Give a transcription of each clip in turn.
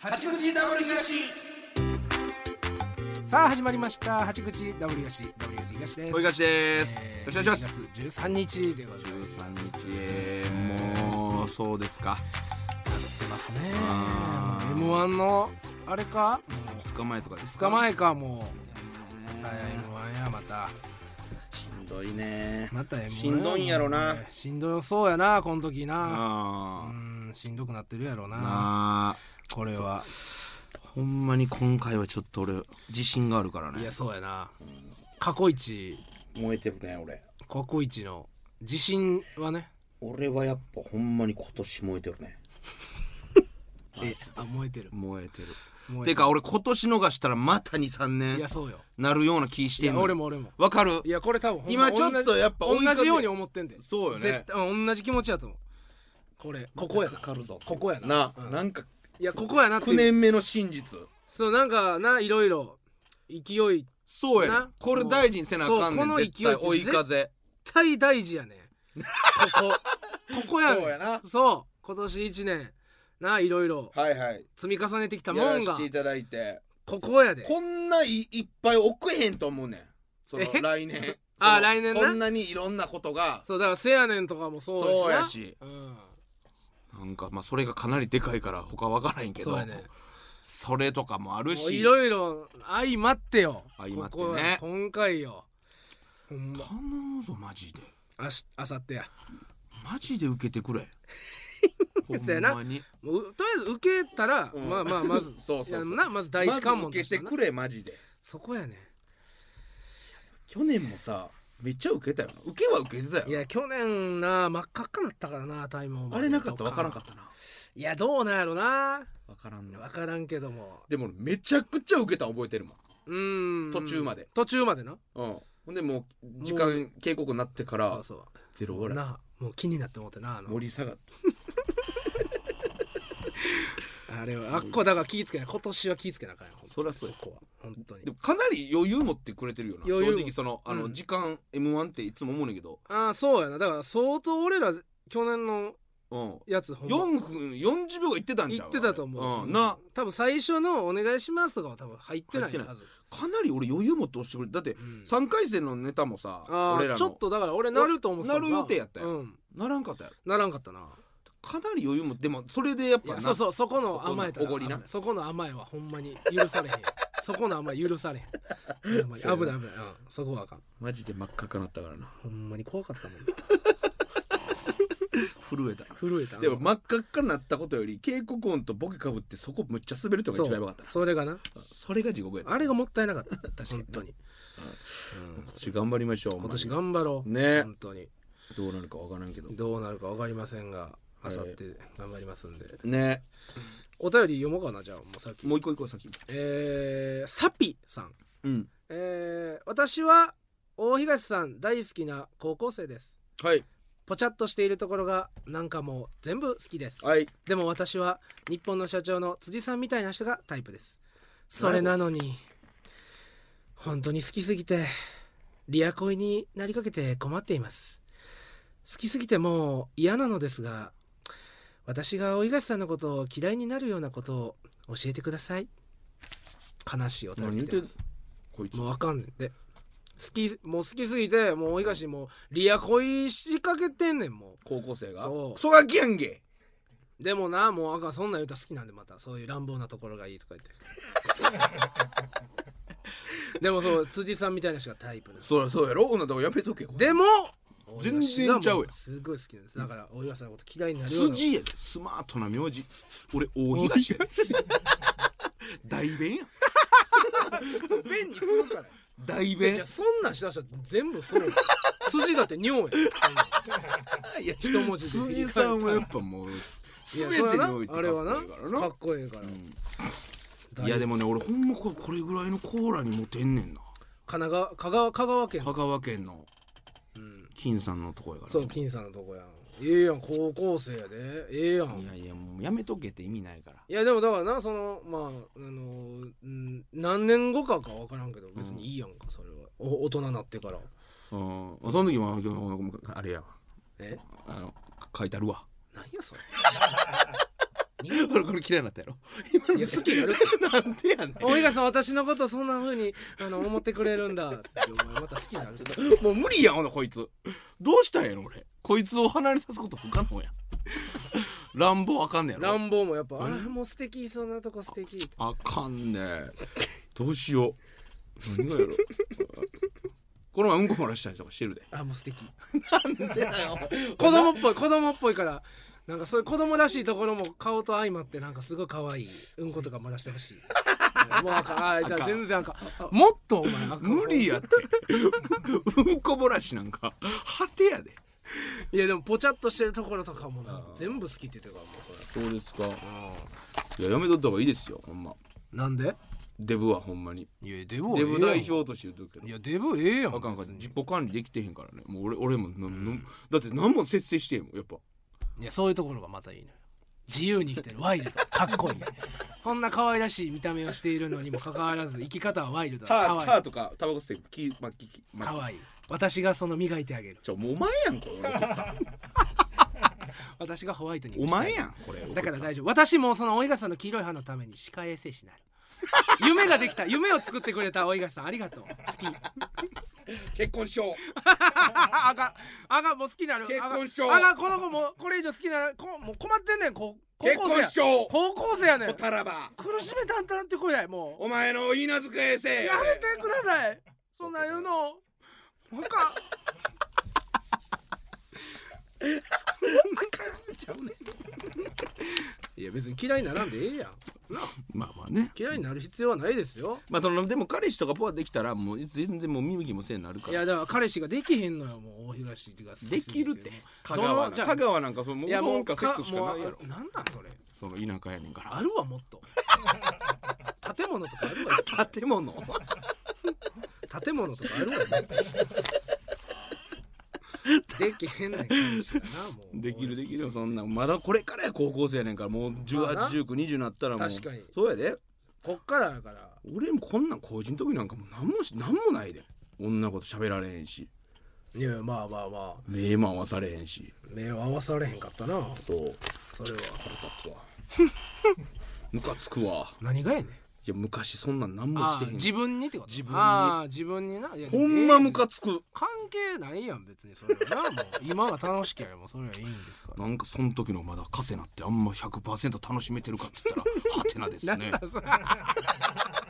八口ダブル東さあ始まりました八口 W 東 W 東です。小東です、えよーろしくお願いします11月十三日でござい13ます。日えーもうそうですか出ますね。あー M1 のあれか2日前とかで2す日か前かもう。ねまた M1 やまたしんどいねまた M1 しんどいんやろなしんどそうやなこの時な。うあんしんどくなってるやろあななあこれは。ほんまに今回はちょっと俺自信があるからいねやそうやな。過去一燃えてるね俺過去一の自信はね。俺はやっぱほんまに今年燃えてるねえあ燃えてる。燃えてる燃えてか俺今年逃したらまた23い年やそうよ。なるような気しいてんやの俺も俺も。わかるいやこれ多分ほんま今ちょっとやっぱ追い同かけじ同じように思ってんでそうよね絶対同じ気持ちやと思うこれここやかかるぞここやななうんなんかいやここやなってい9う年目の真実そうなんかないろいろ勢いそうやねなこれ大事にせなあかんねんそうこの勢い絶対追い風大大事やねこ こここやねんそうやなそう今年一年ないろいろはいはい積み重ねてきたやもらんせがていただいてここやでこんないいっぱい送れへんと思うねんそのえ来 年あその来年なこんなにいろんなことがそうだからせやねんとかもそうやしそうなやしうん、なんかまあそれがかなりでかいから他わからへんけそどうやねそれとかもあるもうしいろいろ相まってよ相まってねここや今回よほんま頼むぞマジであしあさってやマジで受けてくれほ そうやなんまにもううとりあえず受けたら、うんまあま あまずそうそうそういやなまず第一関門まず受とけしててなくれマジでそこやね去年もさめっちゃ受けたよな受けは受けてたよいや去年な真っ赤っかなったからなタイムあれなかったら分からんかったたないやどうなんやろな分からん分からんけどもでも俺めちゃくちゃ受けた覚えてるもんうーん途中まで途中までなうんほんでもう時間警告になってからそうそうゼロ笑いなもう気になって思ってなあの盛り下がってあれはあっこだから気ぃつけな今年は気ぃつけなあかんよほんとにそりゃそうやこは本当にでもかなり余裕持ってくれてるよな余正裕も直そのあうのん時間 m 1っていつも思うねんけどああそうやなだから相当俺ら去年のうんやつほんま4分40秒がいってたんち言ゃうってたと思う、んな多分最初の「お願いします」とかは多分入ってな入いってないはずかなり俺余裕持って押してくれてだってうん3回戦のネタもさあ俺ーらちょっのとだから俺なると思ってなる予定やったようん、ならんかったやろならんかったなかなり余裕もでもそれでやっいぱやなそうそうそこの甘えたそこのらおごりな危いそこの甘えはほんまに許 されへんそこの甘え許されへんほんまに危そうやなない危ない、うん、そこはあかんマジで真っ赤かなったからなほんまに怖かったもんな震えた震えたでも真っ赤っかになったことより警告音とボケかぶってそこむっちゃ滑るとかそ一番やばかうったなそれがなそれが地獄やったあれがもったいなかった本当に今年頑張りましょう今年ほんま頑張ろうね本当ににどうなるかわからんけどどうなるか分かりませんがあさって頑張りますんで、ねお便り読もうかなじゃあもうさっきもう一個一個先えー、サピさんうんえー私は大東さん大好きな高校生ですはいぽちゃっとしているところがなんかもう全部好きです、はいでも私は日本の社長の辻さんみたいな人がタイプですそれなのに本当に好きすぎてリア恋になりかけて困っています好きすぎてもう嫌なのですが私が大東さんのことを嫌いになるようなことを教えてください悲しいお便何り言来っててんまのすこいつもうあかんねんで好きもう好きすぎてもう大東もうリア恋しかけてんねんも高校生がそうクソガキやんけうでもなもうあかんそんなん言うたら好きなんでまたそういう乱暴なところがいいとか言って でもそう辻さんみたいな人がタイプですそりゃそうやろ女とこやめとけでも全然ちゃうやん大東がもすごい好きなんですだから大東さんのこと嫌いになるような辻やでスマートな名字俺大東 やで大弁や便にするから大いや弁いやそんなんしだしたら全 部そうやん辻だって尿やんいや 一文字で辻さんはやっぱもうい全やてそれはになおいてあれはなかっこいいからなかっこいいから、いやでもね俺ほんまここれぐらいのコーラにモテんねんな神奈川香川香川県香川県の金さんのとこやからそう金さんのとこやんええやん高校生やでええやんいやいやもうやめとけって意味ないからいやでもだからなそのまああのうん何年後かか分からんけど別にいいやんかそれはお大人になってかうらんその時もあれやわえ あの書いてあるわ何やそれ俺これ嫌いになったやろ 今のいや好きやる なんでやねん 大東さん私のことそんな風にあの思ってくれるん だってお前また好きになるもう無理やんほなこいつどうしたんやろ俺こいつを離れさすこと不可能や 乱暴あかんねやろ 乱暴もやっぱあーもう素敵そんなとこ素敵あかんね どうしよう何がや ろこの前うんこ漏らしたりとかしてるであーもう素 敵なんでだ よ子供っぽい子供っぽいからなんかそういう子供らしいところも顔と相まってなんかすごい可愛いうんことか漏らして ほしいもうあかんあーだから全然あかんもっとお前あかん無理やってうんこ漏らしなんか果てやでいやでもぽちゃっとしてるところとかもなんか全部好きって言ってたからもうそれそうですかいややめとった方がいいですよほんまなんでデブはほんまにいやデブはえデえやんブ代表として言うとくけいどやデブええやんあかんあか別んに自己管理できてへんからねもう俺俺もなんなんだって何も節制してへんもんやっぱいやそういうところがまたいいのよ自由に生きてるワイ ルドかっこいいこんな可愛らしい見た目をしているのにもかかわらず生き方はワイルドだ可愛いとかタバコ吸ってきまききま可愛い私がその磨いてあげるちょもうお前やんこれ私がホワイトに お前やんこれだから大丈夫私もその大東さんの黄色い歯のために歯科衛生士になる夢ができた夢を作ってくれた大東さんありがとう好き結婚しよう あかんあかんもう好きになる結婚しあようかんあかんこの子もこれ以上好きならこもう困ってんねんこ高校生やしよ高校生やねん苦らばしめたんたらって声だよもうお前の稲づく衛生やめてください。そんな言うの。なんか。 いや別に嫌いにならんでええやんまあまあね嫌いになる必要はないですよまあそのでも彼氏とかポアできたらもう全然もう見向きもせんなるかいらやだから彼氏ができへんのよもう大東が好きすぎできるってど香の川なじゃあ香川なんかそのもういいややももううかセックしかないやろもうあなんなんそれその田舎やねんからあるわもっと建物とかあるわあ建物建物とかあるわよできへんねん彼氏がなも うできるできるよそんなんまだこれからや高校生やねんからもうまあな181920になったらもう確かにそうやでこっからだから俺もこんなん個人時なんかもう何もし何もないで女の子と喋られへんしいやまあまあまあ目も合わされへんし目を合わされへんかったなそうそれは ムカつくわ何がやねんいや昔そんなん何もあしてへん自分にってこと自分にああ自分にないやほんまムカ昔つく関係ないやん別にそれは なもう今が楽しきゃもうそれはいいんですからなんかその時のまだカセナってあんま100%楽しめてるかって言ったら はてなですね それか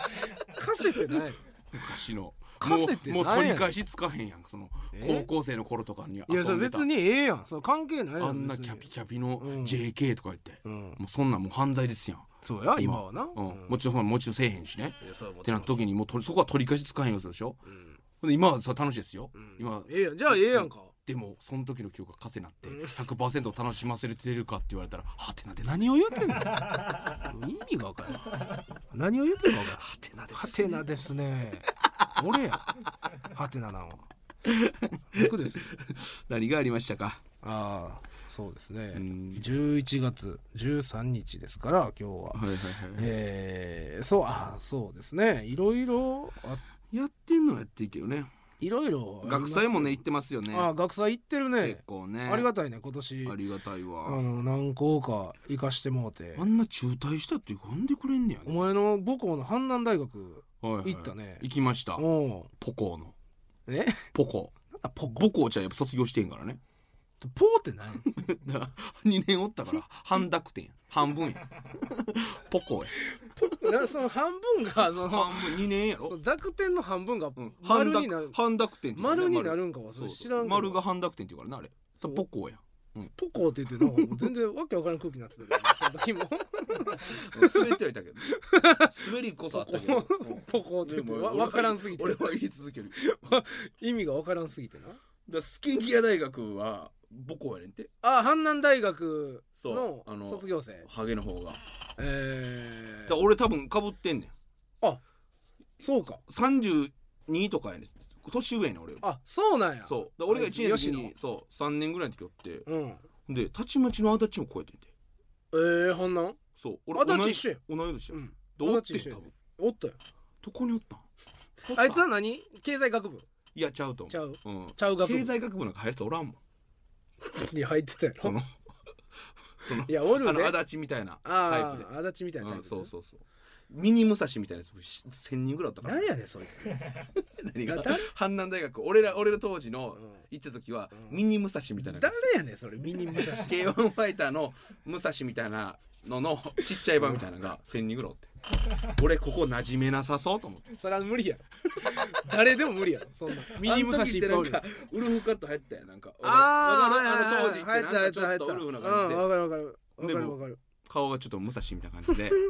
せてない昔のカもセってうもうなんやね取んり返しつかへんやんその高校生の頃とかに遊んでたいやそれ別にええやんそれ関係ないやんあんな別にキャピキャピの JK とか言って、んもうそんなんもう犯罪ですやんそうや今はなうんもちろんそんなんもちろんせえへんしねいやそうもっちてなろんった時にもう取りそこは取り返しつかへんようにするでしょ、で今はさ楽しいですよ、今はええやんじゃあええやんかでもその時の記憶がカセナって100%楽しませてるかって言われたらはてなです何を言うてんの 意味がわからん何を言うてんのかはてなでハすテナですね。俺や。ハテナなのは。僕です。 何がありましたかああ、そうですねん。十一月十三日ですから今日は。はいはいはいえー、そうあーそうですね。いろいろあやってんのはやっていいけどねいろいろあります学祭もね行ってますよねああ学祭行ってるね結。構ねありがたいね今年あ。りがたいあわの何校か行かしてもうてあ。んな中退したって呼んでくれんねやおね前の母校の阪南大学はいはい行ったね行きましたおうポコのえポコポコちゃんやっぱ卒業してんからね ポーって何 だから2年おったから半濁点や半 分やポコやなその半分がその半分2年やろその濁点の半分がうん半丸にな濁る、半濁点っていうからね丸になるんかはそそれう知そらんうけど丸が半濁点っていうからなあれそうポコやポコって言ってなんかもう全然わけわからん空気になって たけどねその時も滑ってはいたけど 滑りこそあったけど ポコって言ってわわからんすぎて俺は言い続ける意味がわからんすぎてなだスキンギア大学は母校やねんてあ阪南大学のそうあの卒業生ハゲの方がだかえらー、俺多分かぶってんねんあそうか32とかやねん年上やねん俺よりあそうなんやそうだから俺が1年の時あいにそう3年ぐらいの時おってつ吉野うんでたちまちの足立も超えてんてえー、阪南そう足立同じ一緒や同い年やうんでおっ足て立一緒んや多分おったよどこにおったんおったあいつは何経済学部いやちゃうと思うちゃううんちゃう学部経済学部なんか入るやつおらんもんに入ってたよその そのいやおあるねの足立みたいなタイプあであ足立みたいなタイうんプ、ねそうそうそうミニ武蔵みたいなやつし1000人ぐらいあったから何やねんそい つ何がだ 阪南大学俺ら俺ら当時のうん行った時はミニ武蔵みたいなや誰つやねんそれミニ武蔵 K1 ファイターの武蔵みたいなののちっちゃい版みたいなのが1000人ぐらいおって俺ここ馴染めなさそうと思ってそれは無理やろ誰でも無理やろそんなミニ武蔵いっぱいおるあの時ってなんかウルフカット入ったやんなんかわあーかるあの当時ってはいはいなはいんかちょっとウルフな感じうんでわかるわかるわでかもるわかる顔がちょっと武蔵みたいな感じで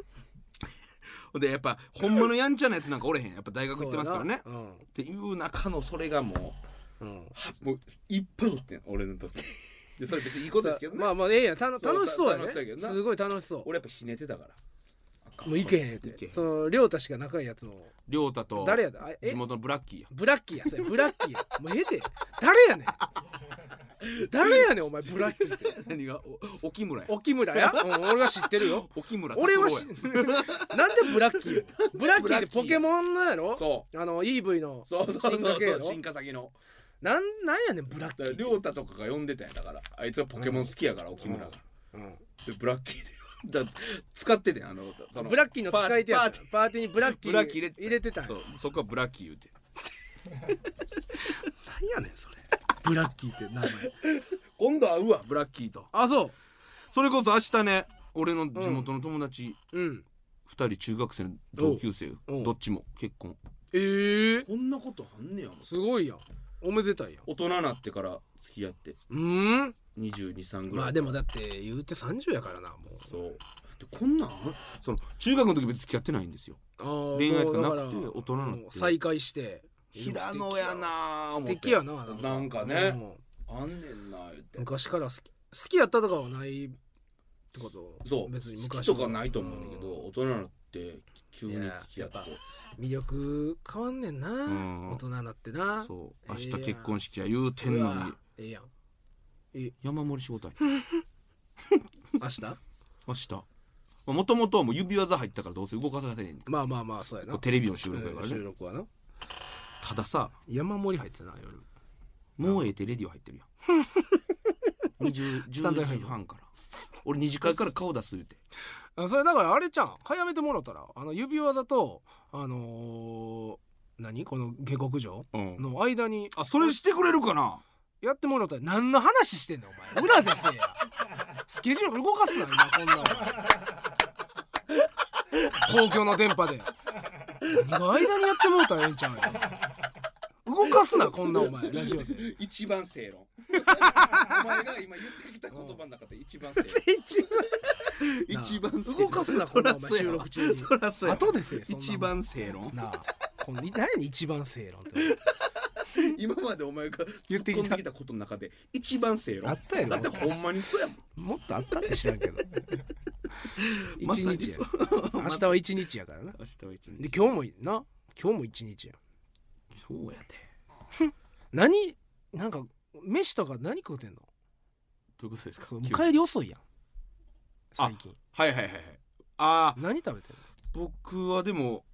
ほんでやっぱ本物やんちゃなやつなんかおれへんやっぱ大学行ってますからねっそうやなていう中のそれがもううんうんはもういっぱいおってん俺の 時でそれ別にいいことですけどねまあまあええやんたのそう楽しそうやね楽しそうやけどなすごい楽しそう俺やっぱひねてたからもういけへんっいけへてんその亮太しか仲いいやつの亮太と誰やだあえ地元のブラッキーやブラッキーやそれブラッキーやもうええで誰やねん誰やねんお前ブラッキーっ て何がお沖村や沖村や、うん、俺は知ってるよ沖村 俺はしし なんでブラッキーやブラッキーってポケモンのやろそあの EV のそうそうそう進化系やろ進化先のなんなんやねんブラッキだからー亮太とかが呼んでたんやだからあいつはポケモン好きやから沖村がうんでブラッキーでだ 使っててんあのそのブラッキーの使い手やったパーパーティーにブラッキーブラッキー入れてた入れてたんパーやティーそうそこはブラッキー言うてなんやねんそれ ブラッキーって名前今度会うわブラッキーとあそそれこそ明日ね俺の地元の友達ううん二人中学生の同級生おうおうどっちも結婚ええこんなことあんねやすごいやんおめでたいやん大人になってから付き合ってうん223ぐらいまあでもだって言うて30やからなもうそうでこんなんその中学の時別に付き合ってないんですよあー恋愛とかもうなだくてら大人になってもう再会して平野やなあ素思って敵やななんかなんかうねんあんねんな言って昔から好き好きやったとかはないってことそう別に好き昔とかないと思うんだけどうん大人になって急に付き合っいややて魅力変わんねんな、ん大人になってなそうえ明え日やん結婚式や言うてんのうにわええやん山盛り仕事や明日 明日もともともう指技入ったからどうせ動かさせへんまあまあまあそうやなこうテレビの収録やからうん収ね録はなたださ山盛り入ってたな夜もうええてレディオ入ってるやん20スタンド FM 10時半から俺2次会から顔出す言うてあそれだからあれじゃん早めてもらったらあの指技とあのー、何この下克上うんの間にあそれしてくれるかなやってもらったら何の話してんのお前裏で せえやスケジュール動かすな今こんなお前公共の電波で何が間にやってもらったらええんちゃうの動かすなこんなお前ラジオで一番正論お前が今言ってきた言葉の中で一番 正論一番正論動かすなこんなお前そらそう収やわ録中にそらそうやわ後ですよそんなもん一番正論なあこん何やねん一番正論って今までお前が突言っってき込たんできたことの中で一番正論あったやろだってほんまにそうやもんもっとあったって知らんけど ま一さに日やそう明日は一日やからな明日は一で日今日もいな今日も一日やそうやて何なんか飯とか何食うてんのどういうことですかもう帰り遅いやん最近はいはいはいはいああ何食べてん僕はでも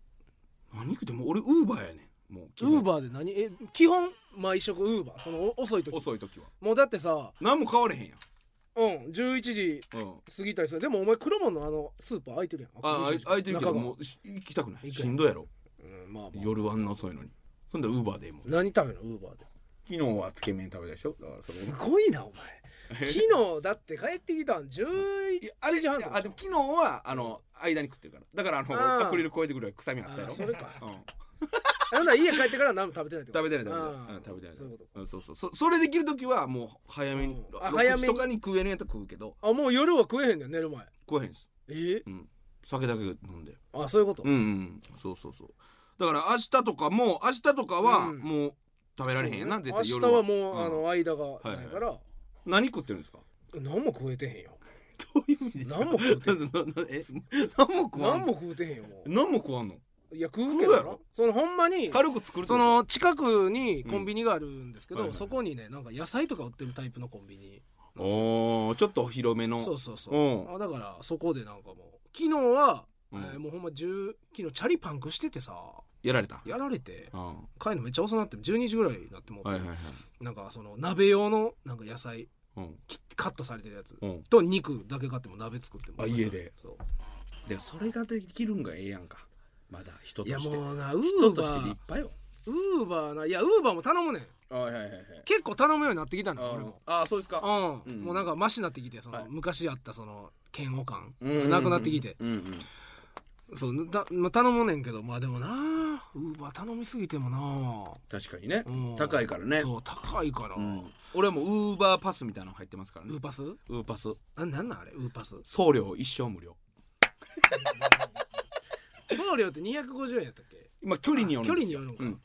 何食っても俺ウーバーやねんもう基のウー本バーで何え基本毎食ウーバーそのお遅い時遅い時はもうだってさ何も変われへんやんうん11時うん過ぎたりさでもお前黒門のあのスーパー開いてるやんああい空いてるけど中がもうし行きたくない行くしんどいやろうんまあまあ夜あんな遅いのにそんでウーバーでもう何食べるのウーバーで昨日はつけ麺食べたでしょだからす そごいなお前れ昨日だって帰ってきたん11あれ時じゃ半とかあでも昨日はあの間に食ってるからだからああーのアクリル越えてくるぐらい臭みあったやあろそれかうんあなんだ家帰ってから何も食べてないってこと食べてない食べてあないうーん食べてないそういうことうんそうそうそそれできる時はもう早めにうんあ早6め時にとかに食えるんやったら食うけどあもう夜は食えへんねん寝る前食えへんすえうん酒だけ飲んであそういうこと、うんうんそうそうそうだから明日とかも明日とかはうんもう食べられへんやなそうね絶対夜明日はもう、んあの間がないから、何食ってるんですか何も食えてへんよどういう意味ですか何も食うて んなななえ何も食わんの何も食うてへんよも何も食わんのういや食うけ食うどやなろそのほんまに軽く作るってこそとの近くにコンビニがあるんですけど、うんはいはいそこにねなんか野菜とか売ってるタイプのコンビニなんですよおーちょっと広めのそうそうそう、うんあだからそこでなんかもう昨日は、うんえーもうほんま10昨日チャリパンクしててさやられたやられてうんは帰るのめっちゃ遅なって12時ぐらいになってもうて、いはいはいなんかその鍋用のなんか野菜うんきカットされてるやつうんと肉だけ買っても鍋作ってもあ家でそうでそれができるんがええやんかまだ人といやしてもうなウ人ーとして立バー派よウーバーないやウーバーも頼むねんあはいはいはいはい結構頼むようになってきたのあ俺もああそうですかううんんもうなんかマシになってきてそはいの昔あったその嫌悪感うんうんうんなくなってきてうんうんそうだ、まあ、頼むねんけどまあでもなウーバー頼みすぎてもな確かにねうん高いからねそう高いから、うん俺はもうウーバーパスみたいなの入ってますからウねーパスウーパスあなんなんあれウーパス送料一生無料送料って250円やったっけ今距離によるんですあ距離によるんかうん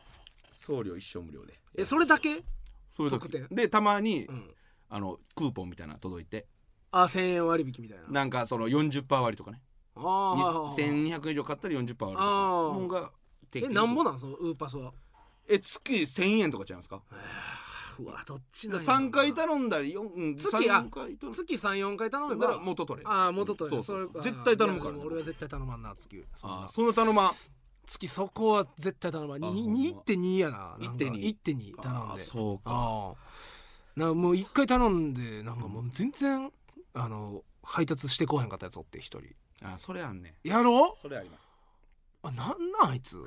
送料一生無料でえそれだけそれだ特け典でたまにうんあのクーポンみたいなの届いてあ1000円割引みたいななんかその40%割とかねああはいはいはい1200円以上買ったら40%割とかあーもんが定期え的になんぼなんそのウーパスはえ月1000円とかちゃいますかうわどっちなんやろな3回頼んだり4うん月3あ回頼んだ月34回頼めらば元取れるああ元取れうるんそうそうそうそれ絶対頼むかいらやでも俺は絶対頼まんな月そんなあーそんな頼まん月そこは絶対頼まんあほにんま2.2やななんか1.2 1.2頼んあでそうかああなもう一回頼んでなんかもう全然あの配達してこうへんかったやつおって一人あそれあんねやろそれありますあなんなんあいつ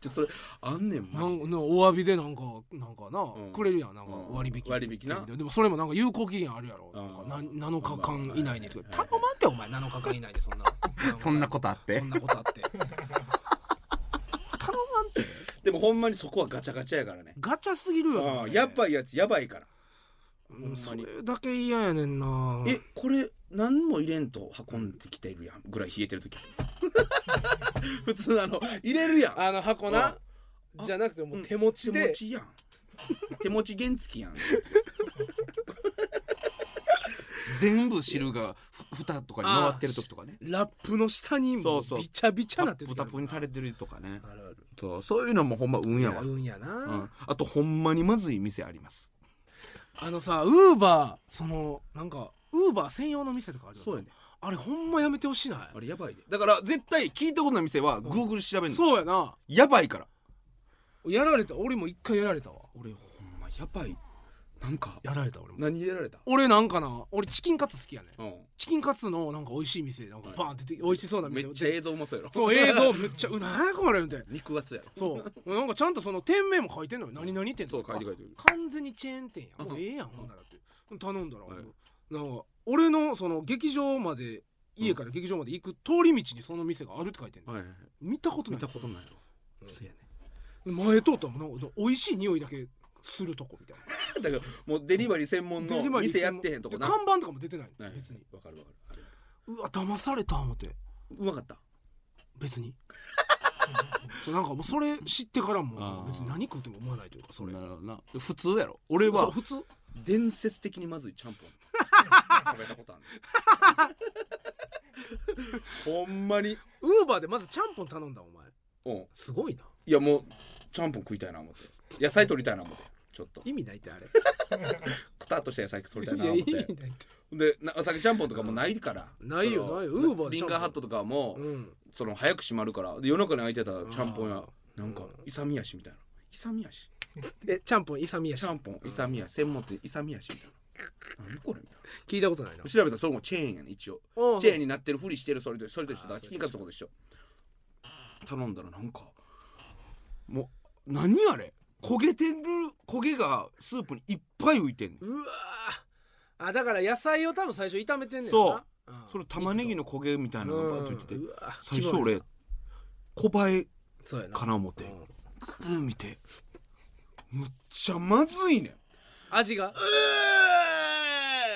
じゃそれあんねんなマジんでなお詫びでなんかなんかな、うんくれるやんなんかうん割引、割引なでもそれもなんか有効期限あるやろなんかうんな7日間以内にとかまあまあ頼まんてお前7日間以内で そんなそんなことあってそんなことあって頼まんってでもほんまにそこはガチャガチャやからねガチャすぎるよなあーやばいやつやばいからうんほんそまにれだけ嫌やねんなえこれ何も入れんと運んできてるやんぐらい冷えてる時 普通あの入れるやんあの箱なじゃなくてもう手持ち手持でちやん手持ち原付やん全部汁がふ蓋とかに回ってる時とかねラップの下にそもうそううびちゃびちゃなってタップタップにされててるとかねあるあるそうそういうのもほんま運やわ、合うんやな、うん、あとほんまにまずい店ありますあのさウーバーそのなんかウーバー専用の店とかあるよなそうやねあれほんまやめてほしいなあれやばいでだから絶対聞いたことない店は Google 調べるの、そうやなやばいからやられた俺も一回やられたわ俺ほんまやばいなんかやられた俺も何やられた俺なんかな俺チキンカツ好きやねんうんチキンカツのなんか美味しい店なんかバーンって出て美味しそうなめ店っちゃ映像うまそうやろそう映像めっちゃうなやこれみたいな肉厚やろそうなんかちゃんとその店名も書いてんのよ何々店そうか書いて書いてる完全にチェーン店やんもうええやんほんならって頼んだら、はいなんか俺のその劇場まで家から劇場まで行く通り道にその店があるって書いてんの、はいはいはい見たことな見いたことないやろうんそうやね前通ったらもうなんか美味しい匂いだけするとこみたいなだからもうデリバリー専門のデリバリー店やってへんとこなで看板とかも出てないはい別にわかるわかるうわ騙された思ってうまかった別に そうなんかもうそれ知ってからあーも別に何食うても思わないというかそれなるほどな普通やろ俺そうは普通伝説的にまずいちゃん ぽん食べたことあるほんまにウーバーでまずちゃんぽん頼んだお前うんすごいないやもうちゃんぽん食いたいな思って野菜取りたいな思ってちょっと意味ないって あれくたっとした野菜取りたいいなや思意って味ないってでなお酒ちゃんぽんとかもないからないよそのないよウーバーでリちンゃんぽガーんハットとかも、うんその早く閉まるからで夜中に開いてたちゃんぽん屋あなんかうん勇み足みたいな勇み足えちゃんぽん勇みやしちゃんぽん勇み足専門店勇み足みたいな何これみたい聞いたことないなな調べたらそれもチェーンやね一応おうチェーンになってるふりしてるそれとそれと一緒だあーチキンカツとかと一緒頼んだらなんかもう何あれ焦げてる焦げがスープにいっぱい浮いてんねんうわーあだから野菜を多分最初炒めてんねんなそう、んそれ玉ねぎの焦げみたいなのがバーッといっててうんうわ最初俺小映えそうやなかな思ってうんグー見てむっちゃまずいねんう味が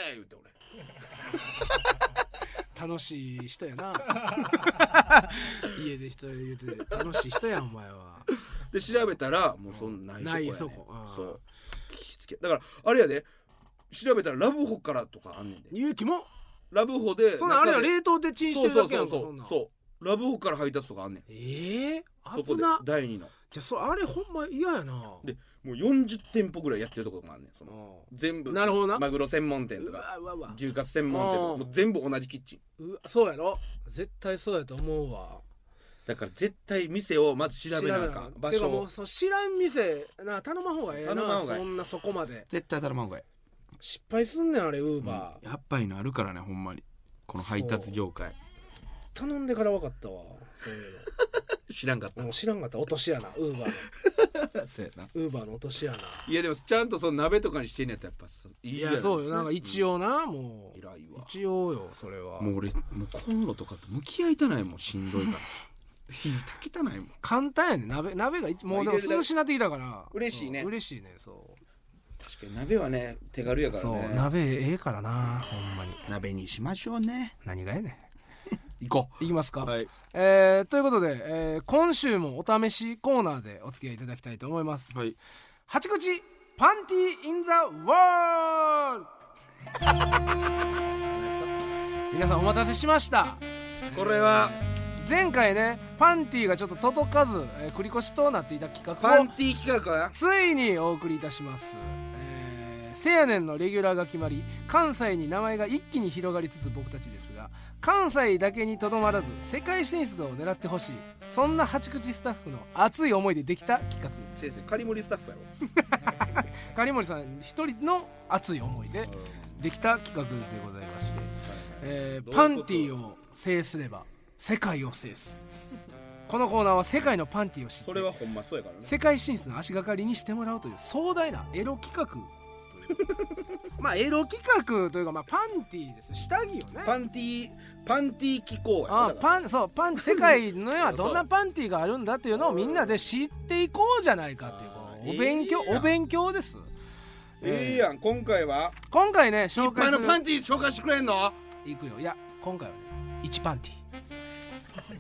えー言うて俺楽しい人や な家で一人で言うてて楽しい人やお前はで調べたらもうそんなないとそこやねこうんそう気付けだからあれやで調べたらラブホからとかあんねんで勇気もラブホでそんなんあれや中で冷凍でチンそうしてるそだうけそやんうかそそんうなんそうラブホから配達とかあんねんええそ危こでな第二のじゃあそあれほんま嫌やなでもう40店舗ぐらいやってるとこともあんねんそのうん全部なるほどなマグロ専門店うとかわうわうわ牛カツ専門店とうかんもう全部同じキッチンうわそうやろ絶対そうやと思うわだから絶対店をまず調べなあかん場てか所もをうその知らん店な頼まん方がええ頼まんな方がええそんなそこまで絶対頼まんがい失敗すんねんあれウーバーやっぱいのあるからねほんまにこの配達業界頼んでから分かったわそういう知らんかったのもう知らんかった落とし穴ウ ーバーのそうやなウーバーの落とし穴いやでもちゃんとその鍋とかにしてんねやったらやっぱさいいいじゃなやですそうよなんか一応なもう偉いわ一応よそれはもう俺もうコンロとかと向き合いたないもんしんどいから火炊きたないもん簡単やね鍋鍋が一もうでも入れるだけ涼しなってきたから嬉しいねうん嬉しいねそう確かに鍋はね手軽やかそう鍋ええからなほんまに鍋にしましょうね何がええね行こんいきますか、はいえーということで、えー今週もお試しコーナーでお付き合いいただきたいと思います、はい八口パンティインザワールド皆さんお待たせしましたこれは前回ねパンティがちょっと届かず、えー繰り越しとなっていた企パ画をンティ企画はついにお送りいたします、えー、せやねんのレギュラーが決まり関西に名前が一気に広がりつつ僕たちですが関西だけにとどまらず世界進出を狙ってほしいそんな八口スタッフの熱い思いでできた企画先生カリモリスタッフやろ狩森さん一人の熱い思いでできた企画でございまして、どういえーうことパンティを制すれば世界を制すこのコーナーは世界のパンティを知ってそれはほんまそうやからね世界進出の足がかりにしてもらおうという壮大なエロ企画という まあエロ企画というか、まあ、パンティーですよ下着をねパンティパンティ機構やあだからパンそうパン世界の世はどんなパンティーがあるんだっていうのをみんなで知っていこうじゃないかっていうこのお勉強、いいやんお勉強ですいいやん今回は今回ね紹介あすのるパンティ紹介してくれんのいくよいや今回はね1パンテ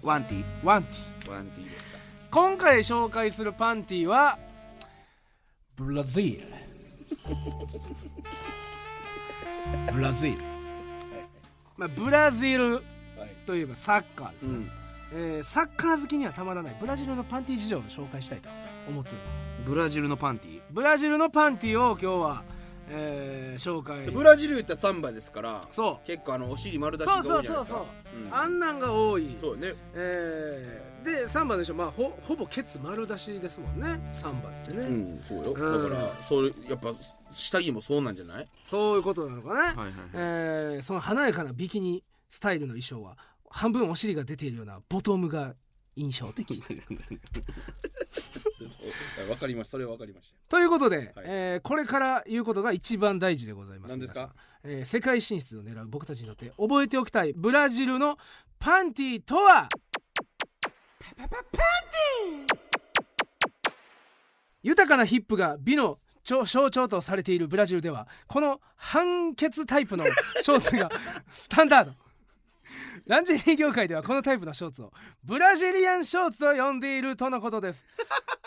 ワンティィワンティワンティですか今回紹介するパンティはブラジ ルブラジル、まあ、ブラジルはいといえばサッカーですうね、んえーサッカー好きにはたまらないブラジルのパンティ事情を紹介したいと思っておりますブラジルのパンティブラジルのパンティを今日は、えー紹介ブラジル言ったらサンバですからそう結構あのお尻丸出しがそ多いうじゃなそいうですかそうそう、うんあんなんが多いそうねえーで3番の人、まあ、ほほぼケツ丸出しですもんね3番ってね、うんそうようんだからそれやっぱ下着もそうなんじゃないそういうことなのかな、はいはいはいえーその華やかなビキニスタイルの衣装は半分お尻が出ているようなボトムが印象 的わかりましたそれはわかりましということで、はいえーこれから言うことが一番大事でございます何ですか皆さんえー世界進出を狙う僕たちにとって覚えておきたいブラジルのパンティとはパパパパンティ豊かなヒップが美の象象徴とされているブラジルではこの半血タイプのショーツがスタンダードランジェリー業界ではこのタイプのショーツをブラジリアンショーツと呼んでいるとのこ とです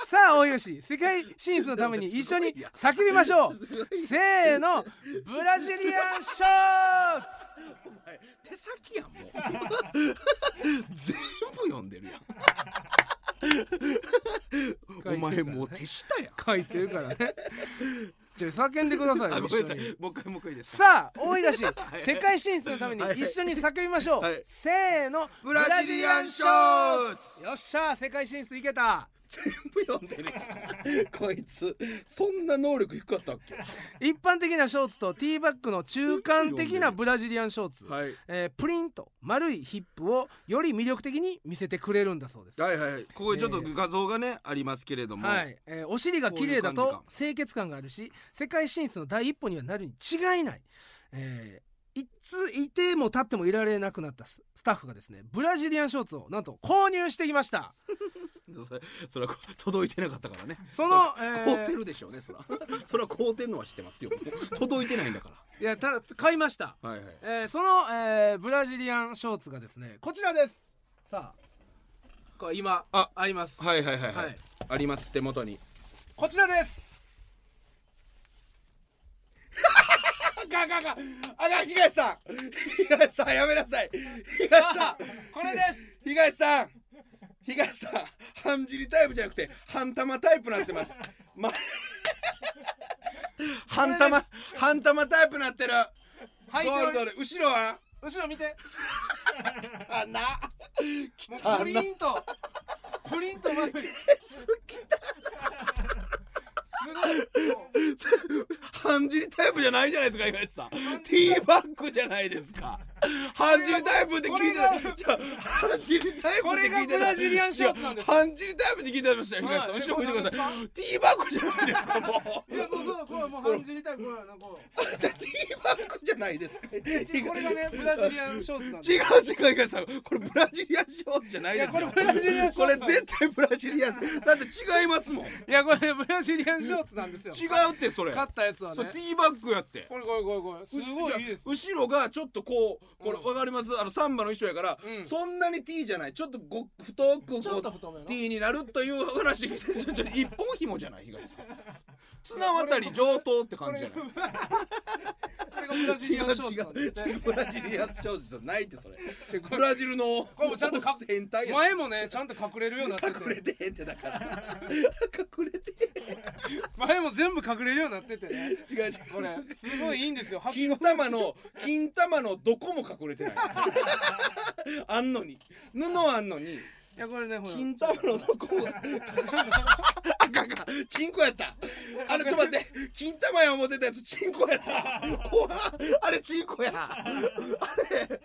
さあ大吉世界進出のために一緒に叫びましょうせーのブラジリアンショーツた手先やんもう全部読んでる やんお前もう手下やん書いてるからねじゃあ叫んでくださいあよごめん一なさ緒いにもう一回もう一回いいですさあ大井田市世界進出のために一緒に叫びましょう、はいせーのブラジリアンショーツよっしゃ世界進出いけた全部読んで るやんこいつそんな能力低かったっけ一般的なショーツとティーバッグの中間的なブラジリアンショーツ、はいえープリンと丸いヒップをより魅力的に見せてくれるんだそうですはいはいはいここにちょっと画像がねありますけれどもはい、えーお尻が綺麗こういだう感とじか清潔感があるし世界進出の第一歩にはなるに違いない、えーいついても立ってもいられなくなったススタッフがですねブラジリアンショーツをなんと購入してきましたそれそれは届いてなかったからね その、えー凍ってるでしょうねそらそれは凍ってんのは知って ますよ届いてないんだかいやただ買いました、らはいはいえーその、えーブラジリアンショーツがですねこちらですさあこれ今ああります、はいはいはい、ははいい、あります手元にこちらですあかんあかんあかんあかん東さん東さんやめなさい東さんこ れです東さん東さん半尻タイプじゃなくて半玉タイプなってますま 半玉半玉タイプなってるはいゴールドで後ろは後ろ見てあなもう汚なプリントプリントまで好きだすごいもう半んじりタイプじゃないじゃないですか東さんティーバッグじゃないですか半んじりタイプって聞いてたこれがじゃあ半んじりタイプって聞いてたこれがブラジリアンシャツなんです半んじりタイプって聞いてましたよ東さんはい後ろ向いてくださこれいティーバッグじゃないですかもういやもうそうこれはもう半じりたいこれはなんかこうじゃあティーバッグじゃないですか違うこれがねブラジリアンショーツなんで違う違う東さんこれブラジリアンショーツじゃないですいやよこれブラジリアンショーツこれ絶対ブラジリアンだって違いますもん違いやこれブラジリアンショーツなんですようってそれ買ったやつはねそれティーバッグやってこれこれこれこれすごいいいです後ろがちょっとこうこれうんわかりますあのサンバの衣装やから、うんそんなに T じゃないちょっとご太くこうちょっと太めの T になるという話聞いてちょちょ一本紐じゃない東さん綱渡り上等ってこ感れじじがゃないこれがブラジ違リアンショーツなんう違ですう違うねブラジリアンショーツじゃないってそれブラジルのこれもちゃんとか変態や前もねちゃんと隠れるようになって隠れててへんってだから隠れて前も全部隠れるようになっててねへん違う違うこれすごいいいんですよは金玉の金玉のどこも隠れてないあんのに布あんのにいやこれねほら金玉のどこもあかんかんチンコやったあれちょっと待って金玉や思ってたやつチンコやった怖っあれチンコやあれ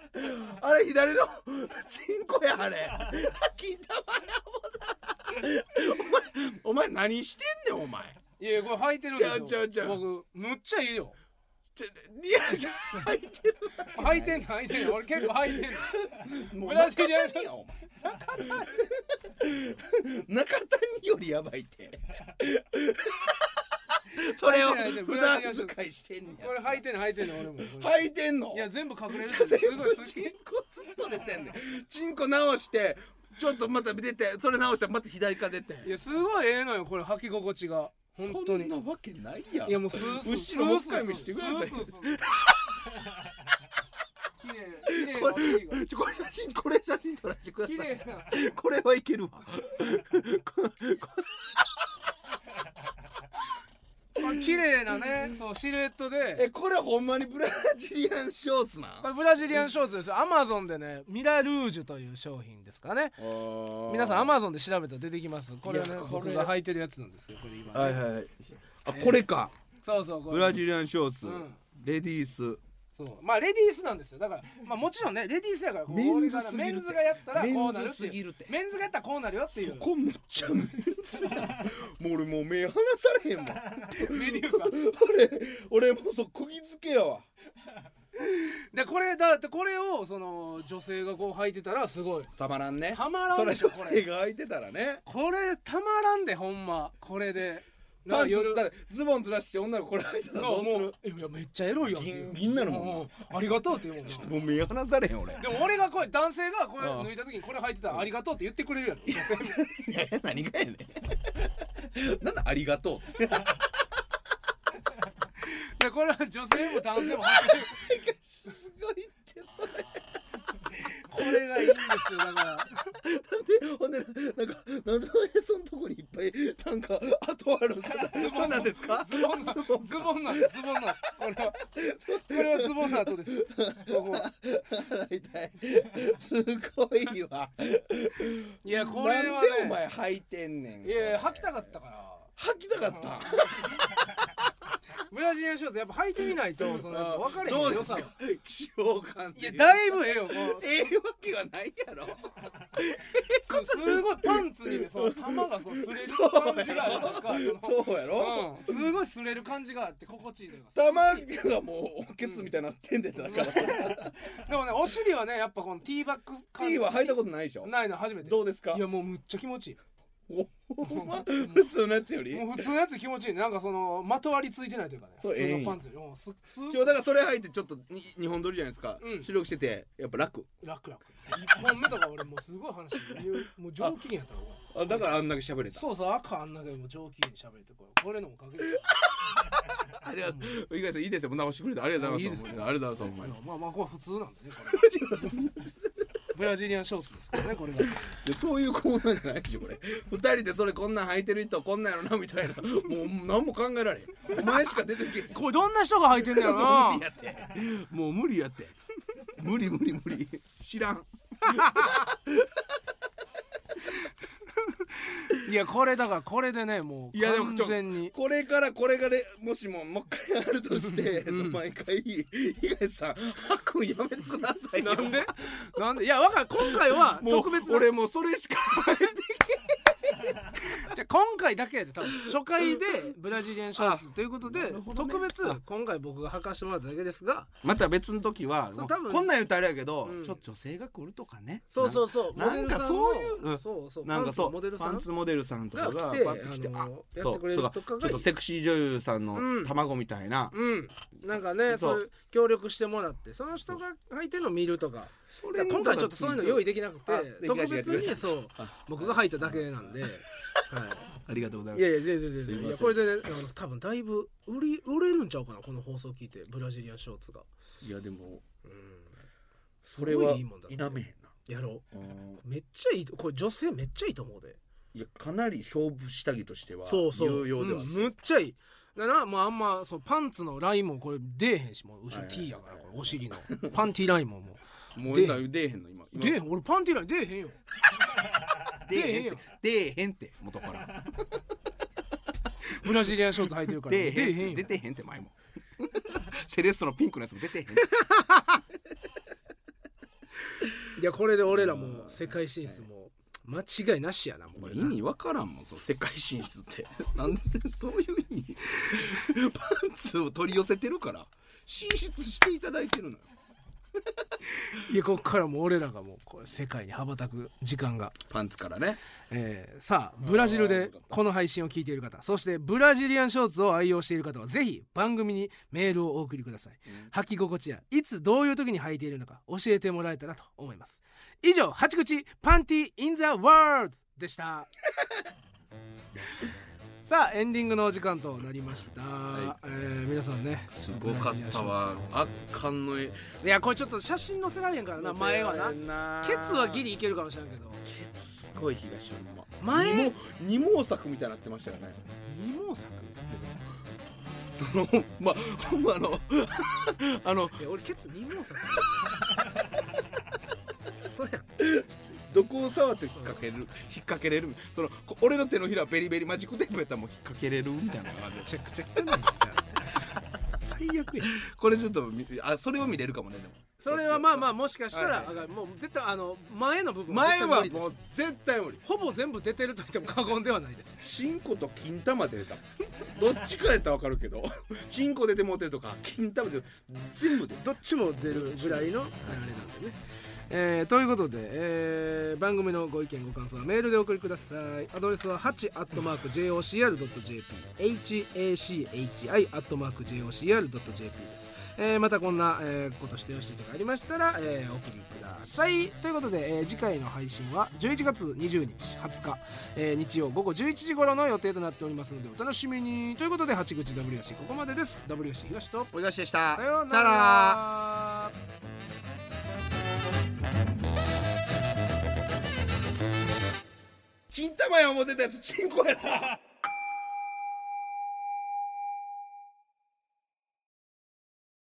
あれ左のチンコやあれ金玉や思ってたお前お前何してんねんお前いやこれ履いてるんですちゃようちゃうちゃう僕むっちゃいいよちょいやじゃあ入ってる履いてんの履いてんの俺結構履いてんのもうブラジリアン中谷やお前中谷よりやばい ってそれを普段使いしてんねこれ履いてんの履いてんの俺もや履いてんのいや全部隠れるじゃあすごい全部すチンコずっと出てんねんチンコ直してちょっとまた出てそれ直したらまた左か出ていやすごいええのよこれ履き心地が本当にそんなわけないやんいやもうスースー後ろもう一回見せてくださいスースースースー 綺麗綺麗なこお尻がれちょこれ写真これ写真撮らせてくだ綺さい麗なこれはいけるわこここれ綺麗なねそうシルエットでえこれほんまにブラジリアンショーツなんこれブラジリアンショーツですよアマゾンでねミラルージュという商品ですかね皆さんアマゾンで調べたら出てきますこれねいやこれ僕が履いてるやつなんですけどこれ今ね、はいはいはいあこれかそうそうこれブラジリアンショーツうんレディースそうまあレディースなんですよだからまあもちろんねレディースやからこうメンズすぎるて俺がメンズがやったらこうなメンズるってすぎいうるてメンズがやったらこうなるよっていそうこむっちゃめんつもう俺もう目離されへんわレディースさん俺俺もうそう釘付けやわでこれだってこれをその女性がこう履いてたらすごいたまらんねたまらんそれでしょ女こ性れが空いてたらねこれたまらんでほんまこれでパンツ夜だってズボンずらして女の子これ履いてたらそどううもすうるいやめっちゃエロいやんギンギンなのもんなうんありがとうって言うもんなもう目離されへん 俺でも俺がこれ男性がこれうん脱いだ時にこれ履いてたらありがとうって言ってくれるやん女性もいや何がやねん なんだありがとうってでこれは女性も男性も履いてるすごいってそれこれがいいんですよだからでほんでなんかなんでへそのとこにいっぱいなんか跡あるんですかそこなんですか ズボンのズボンのズボンのこれはこれはズボンの後ですここ大体すごいわいやこれなんはでおね前履いてんねんいやいやそれ履きたかったから履きたかったブラジリアンショーツやっぱ履いてみないとそのやっぱ分かれへんどう良でさすはか気象感いやだいぶええよこうええわけはないやろすすごいパンツにねその玉がそうすれる感じがあるとかそのそうやろ、うん、すごい擦れる感じがあって心地いいというか玉がもうおけつみたいになってんでだから、でもねお尻はねやっぱこのティーバックス T は履いたことないでしょないの初めてどうですかいやもうむっちゃ気持ちいおほんま普通のやつよりいもう普通のやつ気持ちいいねなんかそのまとわりついてないというかねそう普通ええのんパンツよりもうすす今日だからそれ履いてちょっとに日本撮りじゃないですか、うん収録しててやっぱ楽楽楽1本目とか俺もうすごい話もう上機嫌やったわ俺あだからあんだけ喋れたそうそう赤あんなけも上機嫌に喋ってこれこれのおかげですありがとう井上さんいいですよもう直してくれてありがとうございますもういほいですよんまにありがとうございますほんまにまあまあこれ普通なんでねこれブラジリアンショーツですからねこれがでそういうコーナーじゃないでしょこれ二人でそれこんなん履いてる人こんなんやろなみたいなもう何も考えられへんお前しか出てけえへんこれどんな人が履いてんだよな無理やってもう無理やって無理無理無理知らんいやこれだからこれでねもういやでも完ちょ全にこれからこれがねもしももう一回あるとして、その毎回東さん「ハくんやめてくださいよ」なんでなんでいやわかる今回はもう特別な俺もうそれしかじゃあ今回だけやで多分初回でブラジリアンショーツということで、特別今回僕が履かしてもらっただけですがまた別の時はそう多分こんなん言うとあれやけど、うんちょっと女性が来るとかねそうそうそうなんなんかそモうデルいさんのう、うんそうそうなんかそうパンツのモデルさんパンツモデルさんとかががパ来てッと来てあのあやそっうてくれるそうとかがちょっとセクシー女優さんうんの卵みたいな、うんなんかねそそうういう協力してもらってその人が履いてるのを見るとかそだから今回ちょっとそういうの用意でできなくあてで特別東がやってくれにたそう僕が履いただけなんで、はい、ありがとうございまいすやいや全然全すいま然せんいやこれでねあの多分だいぶ売り売れるんちゃうかなこの放送聞いてブラジリアンショーツがいやでもうんそそれれはは否いいもんだめへんなやろうんうめっちゃいいとこれ女性めっちゃいいと思うでいやかなり勝負下着としてはそうそう有用ではあうるんむっちゃいいだからもうあんまそうパンツのラインもこれ出えへんしもう後ろはい T やからこれお尻のパンティーラインもももうで今出えへんの今う今出えへん俺パンティーライン出えへんよ出えへんっ出えへんよて出えへんって元からブラジリアンショーツ履いてるから出えへんっ出えてへんよ出てへんって前も セレッソのピンクのやつも出てへんっていやこれで俺らもう世界進出も間違いなしやなもうこれ意味わからんもんその世界進出って なんでどういう意味 パンツを取り寄せてるから進出していただいてるのよいやこっからもう俺らがもうこれ世界に羽ばたく時間がパンツからねえーさあブラジルでこの配信を聞いている方そしてブラジリアンショーツを愛用している方はぜひ番組にメールをお送りください、履き心地やいつどういう時に履いているのか教えてもらえたらと思います以上「八口パンティインザワールド」でした さあエンディングのお時間となりました、えー皆さんねすごかったわ圧巻の絵いやこれちょっと写真載せられへんからな前はななケツはギリいけるかもしれんけどケツすごい東ほんま前二毛二毛作みたいになってましたよね二毛作そのまあほんまあの あのいや俺ケツ二毛 作そうやんどこを触って引っ掛ける引っ掛けれるそのこ俺の手のひらベリベリマジックテープやったらもう引っ掛けれるみたいな感じでめちゃくちゃ汚いじゃん最悪やこれちょっとみあそれを見れるかもねでもそれはまあまあもしかしたら、はいあがもう絶対あの前の部分前は絶対無も理うです絶対無理ほぼ全部出てると言っても過言ではないですチンコと金玉出たどっちかやったら分かるけど チンコ出てもうてるとか金玉出て全部出てどっちも出るぐらいのあれなんでね、えーということで、えー番組のご意見ご感想はメールでお送りくださいアドレスは 8-jocr.jp hachi-jocr.jp です、えーまたこんな、えーことしてほしいとかありましたら、えーお送りくださいということで、えー次回の配信は11月20日20日、えー日曜午後11時頃の予定となっておりますのでお楽しみにということで八口 WC ここまでです WC 東とおいがしでしたさようなさよならら。金玉や思ってたやつチンコやった